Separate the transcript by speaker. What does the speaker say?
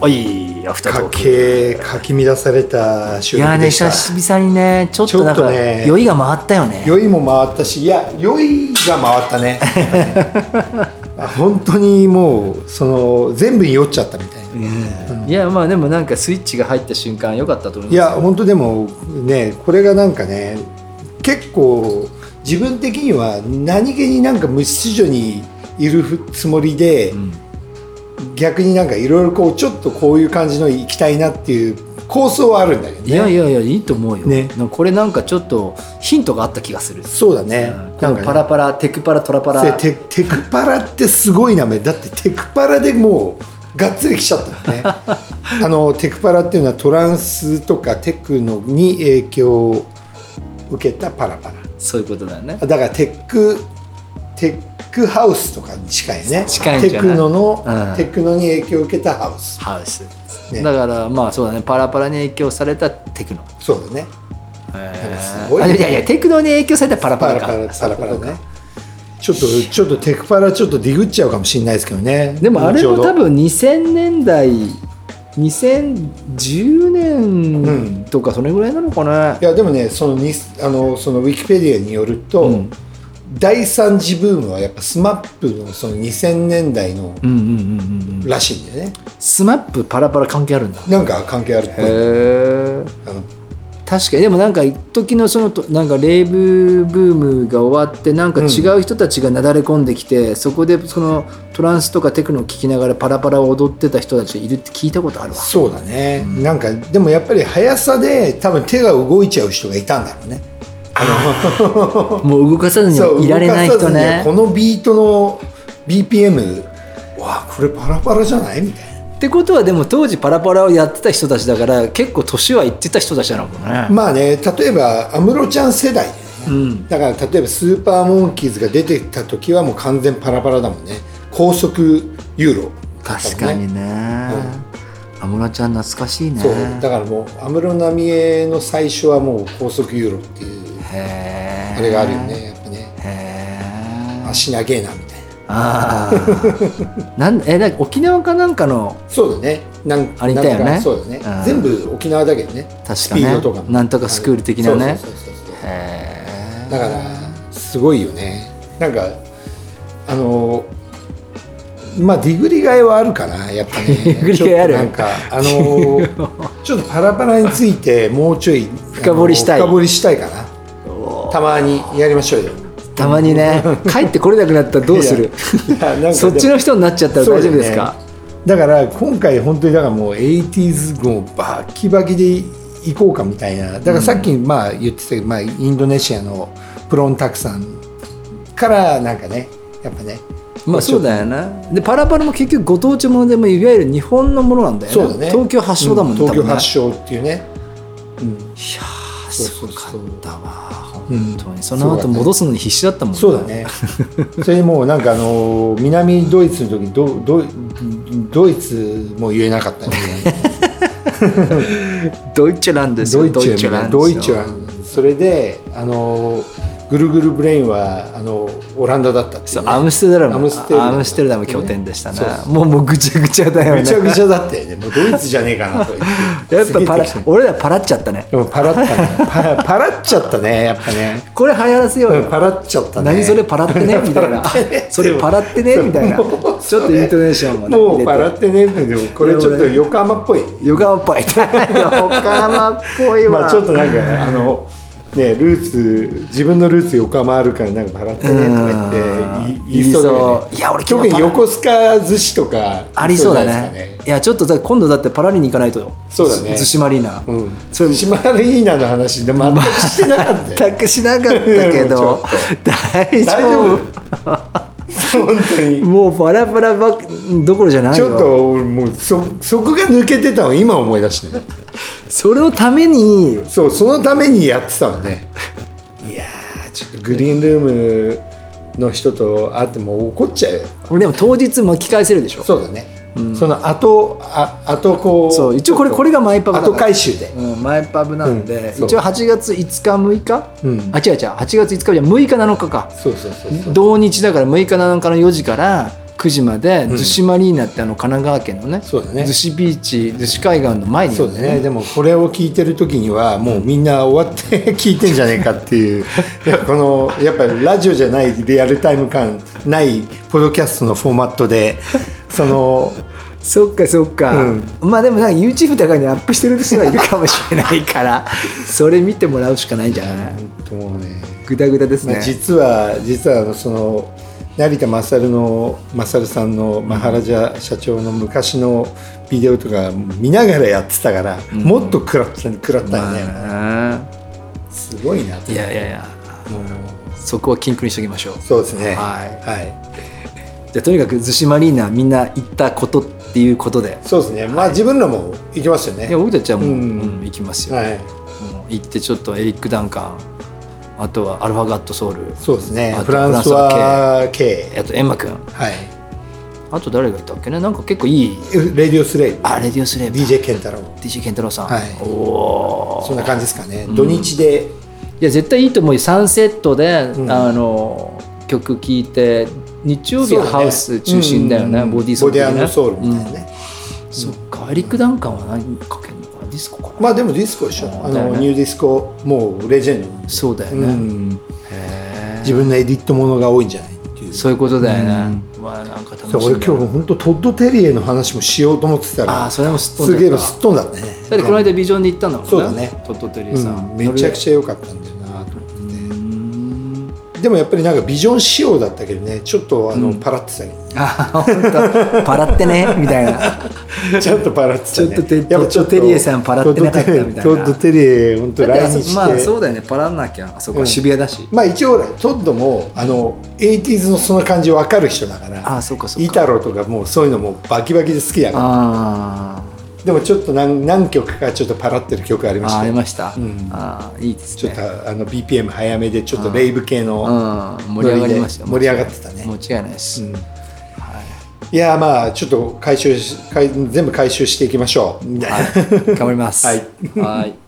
Speaker 1: はいアフタート
Speaker 2: か
Speaker 1: ーク
Speaker 2: けかき乱された
Speaker 1: い
Speaker 2: 収
Speaker 1: やー
Speaker 2: 録
Speaker 1: ね
Speaker 2: でし
Speaker 1: 久
Speaker 2: た
Speaker 1: 々にねちょっとなん
Speaker 2: ちょ
Speaker 1: か
Speaker 2: っとね
Speaker 1: 酔いが回ったよね
Speaker 2: 酔いも回ったしいや酔いが回っ たねあ本当にもうその全部に酔っちゃったみたいな、
Speaker 1: いやまあでもなんかスイッチが入った瞬間良かったと思い
Speaker 2: い
Speaker 1: ます
Speaker 2: や本当でもねこれがなんかね結構自分的には何気になんか無秩序にいるふつもりで、
Speaker 1: ん
Speaker 2: 逆になんかいろいろこうちょっとこういう感じの行きたいなっていう構想はあるんだけど
Speaker 1: いや
Speaker 2: ね
Speaker 1: いやいやいいと思うよ、
Speaker 2: ね
Speaker 1: なんかこれなんかちょっとヒントがあった気がする
Speaker 2: そうだね
Speaker 1: うん
Speaker 2: な
Speaker 1: なんんか
Speaker 2: かね
Speaker 1: パラパラテクパラトラパラ
Speaker 2: せテテクパラってすごい名前だってテクパラでもうがっつり来ちゃった よねあのテクパラっていうのはトランスとかテクノに影響を受けたパラパラ
Speaker 1: そういうことだよね
Speaker 2: だからテックテックハウスとかに近いね
Speaker 1: 近いんじゃない
Speaker 2: テクノの、
Speaker 1: うん
Speaker 2: テクノに影響を受けたハウス
Speaker 1: ハウス、
Speaker 2: ね
Speaker 1: だからまあそうだねパラパラに影響されたテクノ
Speaker 2: そうだね
Speaker 1: へ
Speaker 2: かす
Speaker 1: ー
Speaker 2: ごいね
Speaker 1: あいやいやテクノに影響されたパラパ
Speaker 2: パ
Speaker 1: ラ
Speaker 2: ラ
Speaker 1: か
Speaker 2: パラパラパ
Speaker 1: そう
Speaker 2: ラ
Speaker 1: いうこと
Speaker 2: ね
Speaker 1: か
Speaker 2: ちょっとちょっとテクパラちょっとディグっちゃうかもしれないですけどね
Speaker 1: でもあれ
Speaker 2: 後
Speaker 1: も
Speaker 2: ほど
Speaker 1: 多分2000年代2010
Speaker 2: うん
Speaker 1: 年とかそれぐらいなのかな、
Speaker 2: いやでもねそのにあのそのウィキペディアによると、
Speaker 1: うん
Speaker 2: 第三次ブームはやっぱスマップのその2000年代の
Speaker 1: うん、うんうんうんうん
Speaker 2: らしいんだよね、
Speaker 1: スマップパラパラ関係あるんだへ
Speaker 2: なんか関係あるっぽい
Speaker 1: え
Speaker 2: あの
Speaker 1: 確かにでもなんか一時のそのとなんかレイブブームが終わってなんか違う人たちがなだれ込んできて、そこでそのトランスとかテクノを聴きながらパラパラを踊ってた人たちがいるって聞いたことあるわ
Speaker 2: そうだね、なんかでもやっぱり速さで多分手が動いちゃう人がいたんだろうね
Speaker 1: もう動かさずに
Speaker 2: そう
Speaker 1: はいられない
Speaker 2: 動か
Speaker 1: 人
Speaker 2: さずには
Speaker 1: ね
Speaker 2: このビートの BPM わあこれパラパラじゃないみたい
Speaker 1: ってことはでも当時パラパラをやってた人たちだから結構年はいってた人たちなのかもね
Speaker 2: なまあね例えば安室ちゃん世代だよね、
Speaker 1: うん
Speaker 2: だから例えばスーパーモンキーズが出てた時はもう完全パラパラだもんね高速ユーロだったもんね
Speaker 1: 確かにね安室、ちゃん懐かしいね
Speaker 2: そうだからもう安室奈美恵の最初はもう高速ユーロっていう
Speaker 1: へえ
Speaker 2: あれがあるよねやっぱね
Speaker 1: へえ
Speaker 2: 足長えなみたいな
Speaker 1: あ あなんえなんか沖縄かなんかの
Speaker 2: そうだね。なん
Speaker 1: あれいたよね
Speaker 2: なんかそうだね
Speaker 1: う。ん
Speaker 2: 全部沖縄だけどね。
Speaker 1: 確
Speaker 2: ス
Speaker 1: か
Speaker 2: ピ
Speaker 1: ね
Speaker 2: ードとかも
Speaker 1: なんとかスクール的なね
Speaker 2: そうそうそうそう
Speaker 1: へ
Speaker 2: だからすごいよね。なんかあのまあディグリ替えはあるかなやっぱ ね。
Speaker 1: ィグリ替えある
Speaker 2: ちょっとなんかあのちょっとパラパラについてもうちょい
Speaker 1: 深掘りしたい
Speaker 2: あの深掘りしたいかな。たまにやりましょうよ。
Speaker 1: えたまに ね帰ってこれなくなったらどうする
Speaker 2: いやいやなんかで も
Speaker 1: そっちの人になっちゃったら
Speaker 2: そう
Speaker 1: 大
Speaker 2: だ
Speaker 1: 丈
Speaker 2: よ
Speaker 1: 夫
Speaker 2: ね
Speaker 1: ですか、
Speaker 2: だから今回本当にだからもう 80s もうバキバキで行こうかみたいなだからさっきまあ言ってたけど、まあ、インドネシアのプロンタクさんからなんかねやっぱね
Speaker 1: まあそうだよねでパラパラも結局ご当地ものでもいわゆる日本のものなんだよね
Speaker 2: そうだね
Speaker 1: 東京発祥だもんね、
Speaker 2: う東京発
Speaker 1: 祥
Speaker 2: 祥っていうね、うん、
Speaker 1: いやーす
Speaker 2: そうそう
Speaker 1: ご
Speaker 2: そう
Speaker 1: かったわ
Speaker 2: うん
Speaker 1: 本当にその後戻すのに必死だったもんね
Speaker 2: そうだねそれにもうなんかあの南ドイツの時ドドドイツも言えなかったね
Speaker 1: ドイツランですよ
Speaker 2: ドイツや
Speaker 1: ランですよ
Speaker 2: ドイツやそれであのぐるぐるブレインはあのオランダだったってい
Speaker 1: そうう
Speaker 2: ね
Speaker 1: アムステルダム
Speaker 2: アムステルダム
Speaker 1: アムステルダム拠点でした
Speaker 2: そうそ
Speaker 1: なもうもうぐちゃぐちゃだよ
Speaker 2: ぐ
Speaker 1: ね
Speaker 2: ちゃぐちゃだったよね。もうドイツじゃねえかなとか言
Speaker 1: や
Speaker 2: っ。
Speaker 1: ってぱパラ
Speaker 2: 過ぎてきた
Speaker 1: 俺らパラっちゃったね
Speaker 2: でもパラったね。パラパラっちゃったね、やっぱね。
Speaker 1: これ流行らせよう
Speaker 2: うん
Speaker 1: よ
Speaker 2: パラっちゃったね。
Speaker 1: 何 それパラってねみたいなそれパラってねみたいなち
Speaker 2: もう
Speaker 1: ょっとイントネーションもね
Speaker 2: も
Speaker 1: 入
Speaker 2: う
Speaker 1: れ
Speaker 2: パ
Speaker 1: て
Speaker 2: ラってね。でもこれちょっと横浜っぽい。
Speaker 1: 横浜っぽい 横浜っぽいわ、
Speaker 2: まあちょっとなんかあの。ね、ルーツ自分のルーツ横浜あるからなんかパラってねとか言って
Speaker 1: うん
Speaker 2: 言い言いそうだよ
Speaker 1: 言いそういや俺
Speaker 2: ね
Speaker 1: 今日
Speaker 2: 特に
Speaker 1: パラ
Speaker 2: 横須賀寿司とか
Speaker 1: ありそうだ
Speaker 2: じゃないですか
Speaker 1: ねいやちょっとだ今度だってパラリに行かないとよ
Speaker 2: そうだね
Speaker 1: ず島リーナ、
Speaker 2: うん
Speaker 1: それ
Speaker 2: 島マリーナの話で全くしてなか ったよ
Speaker 1: 全くしなかったけ
Speaker 2: ちょっ
Speaker 1: ど
Speaker 2: と
Speaker 1: 大
Speaker 2: 大
Speaker 1: 丈
Speaker 2: 丈
Speaker 1: 夫
Speaker 2: 夫本当に
Speaker 1: もうパラパラばっどころじゃない
Speaker 2: ち
Speaker 1: よ
Speaker 2: ょっと俺もうそそこが抜けてたの今思い出してね
Speaker 1: それのために
Speaker 2: そうそのためにやってたの ねいやーちょっとグリーンルームの人と会っても怒っちゃうよ
Speaker 1: でも当日巻き返せるでしょ
Speaker 2: そうだね、その後あ後こう
Speaker 1: そう一応これこれがマイパブだから
Speaker 2: 後回収で
Speaker 1: うん、マイパブなんで、
Speaker 2: うんそう
Speaker 1: 一応8月5日6日、
Speaker 2: うん
Speaker 1: あ違う違う8月5日じゃ6日7日か
Speaker 2: そうそうそうそう
Speaker 1: 同日だから6日7日の4時から9 9時まで
Speaker 2: ん
Speaker 1: 逗子マリーナってあの神奈川県のね
Speaker 2: そうだね
Speaker 1: 逗子、ビーチ逗子海岸の前にあ
Speaker 2: そ
Speaker 1: る
Speaker 2: うだね、でもこれを聞いてる時にはもうみんな終わって 聞いてんじゃねえかっていういやこのやっぱりラジオじゃないリアルタイム感ないポドキャストのフォーマットでその
Speaker 1: そっかそっか、まあでもなんか YouTube とかにアップしてる人はいるかもしれないから それ見てもらうしかないんじゃない
Speaker 2: 本当もうね
Speaker 1: グダグダですね、
Speaker 2: まあ実は実はその成田勝の勝さんのマハラジャ社長の昔のビデオとか見ながらやってたから、もっと食らった食らったんだよな、
Speaker 1: ま
Speaker 2: すごいなと
Speaker 1: あいやいやいや
Speaker 2: もう
Speaker 1: そこは禁句にしときましょう
Speaker 2: そうですね
Speaker 1: はい
Speaker 2: はい
Speaker 1: じゃあとにかく逗子マリーナみんな行ったことっていうことで
Speaker 2: そうですね。まあ、自分らも行きますよね。
Speaker 1: いや僕たちはもう、
Speaker 2: うん
Speaker 1: うん行きますよ、
Speaker 2: はい。
Speaker 1: もう行ってちょっとエリック・ダンカンあとはアルファガット・ソウル
Speaker 2: そうですね
Speaker 1: あ。と
Speaker 2: フランスは K。
Speaker 1: あとエンマ君
Speaker 2: はい。
Speaker 1: あと誰がいたっけねなんか結構いい
Speaker 2: レディオスレイブ。
Speaker 1: あレディオスレイブ
Speaker 2: DJ ケンタロウ。
Speaker 1: DJ 健太郎さん、
Speaker 2: はい
Speaker 1: おお
Speaker 2: そんな感じですかね。土日で。
Speaker 1: いや絶対いいと思うよ3セットで、
Speaker 2: うん
Speaker 1: あの曲聴いて日曜日は
Speaker 2: そう
Speaker 1: ハ
Speaker 2: だね
Speaker 1: ウス中心だよね
Speaker 2: うん
Speaker 1: ボディーソウル、
Speaker 2: ボディソウルみたいな
Speaker 1: うん
Speaker 2: ね。
Speaker 1: そっかエリック・ダンカンは何かけるのかなディスコかな、
Speaker 2: まあ、でもディスコでしょ。あ
Speaker 1: だよ
Speaker 2: の、
Speaker 1: ね
Speaker 2: ニューディスコ、もうレジェンド。
Speaker 1: そうだよね、
Speaker 2: うん
Speaker 1: へ
Speaker 2: 自分のエディットものが多いんじゃないっていう。
Speaker 1: そういうことだよね、まあなんか楽し
Speaker 2: そう
Speaker 1: み
Speaker 2: 俺
Speaker 1: だ
Speaker 2: 今日本当トッド・テリエの話もしようと思ってた
Speaker 1: ああ
Speaker 2: ら
Speaker 1: それもすっ飛ん
Speaker 2: すげえ
Speaker 1: だ
Speaker 2: のすっ飛んだね
Speaker 1: だってこの間ビジョンで行ったんだもんね
Speaker 2: そうだね
Speaker 1: トットテリーさん、
Speaker 2: うん、めちゃく
Speaker 1: ゃ
Speaker 2: ちゃ良かったんだよなと思って、でもやっぱりなんかビジョン仕様だったけどねちょっとあの、パラってたけどね
Speaker 1: あ本当 パラってねみたいな
Speaker 2: ちょっとパラってた、ね、
Speaker 1: ちょっとて
Speaker 2: やぱちょっと
Speaker 1: テリエさんパラってなかったみたいな
Speaker 2: トッドテリエ本当 来日して
Speaker 1: まあそうだよねパラんなきゃあそこは渋谷だし、
Speaker 2: まあ一応ほらトッドもあの 80s のその感じ分かる人だから
Speaker 1: ああそうかそう
Speaker 2: イ
Speaker 1: か
Speaker 2: タロとかもうそういうのもバキバキで好きやから
Speaker 1: あ
Speaker 2: でもちょっと何何曲かちょっとパラってる曲あり
Speaker 1: ー
Speaker 2: ま
Speaker 1: あ
Speaker 2: し
Speaker 1: ーあ
Speaker 2: た
Speaker 1: り
Speaker 2: よ
Speaker 1: ました、
Speaker 2: うん
Speaker 1: ああいいです
Speaker 2: ちょ
Speaker 1: ね
Speaker 2: っとあの BPM 早めでちょっとレイブ系の
Speaker 1: うん、盛り上がりました
Speaker 2: ノリで盛り上がってたね
Speaker 1: 間違いないです、
Speaker 2: うん
Speaker 1: はい
Speaker 2: いやーまあちょっと回収し回全部回収していきましょうみたいな
Speaker 1: はい、頑張ります
Speaker 2: はい
Speaker 1: はい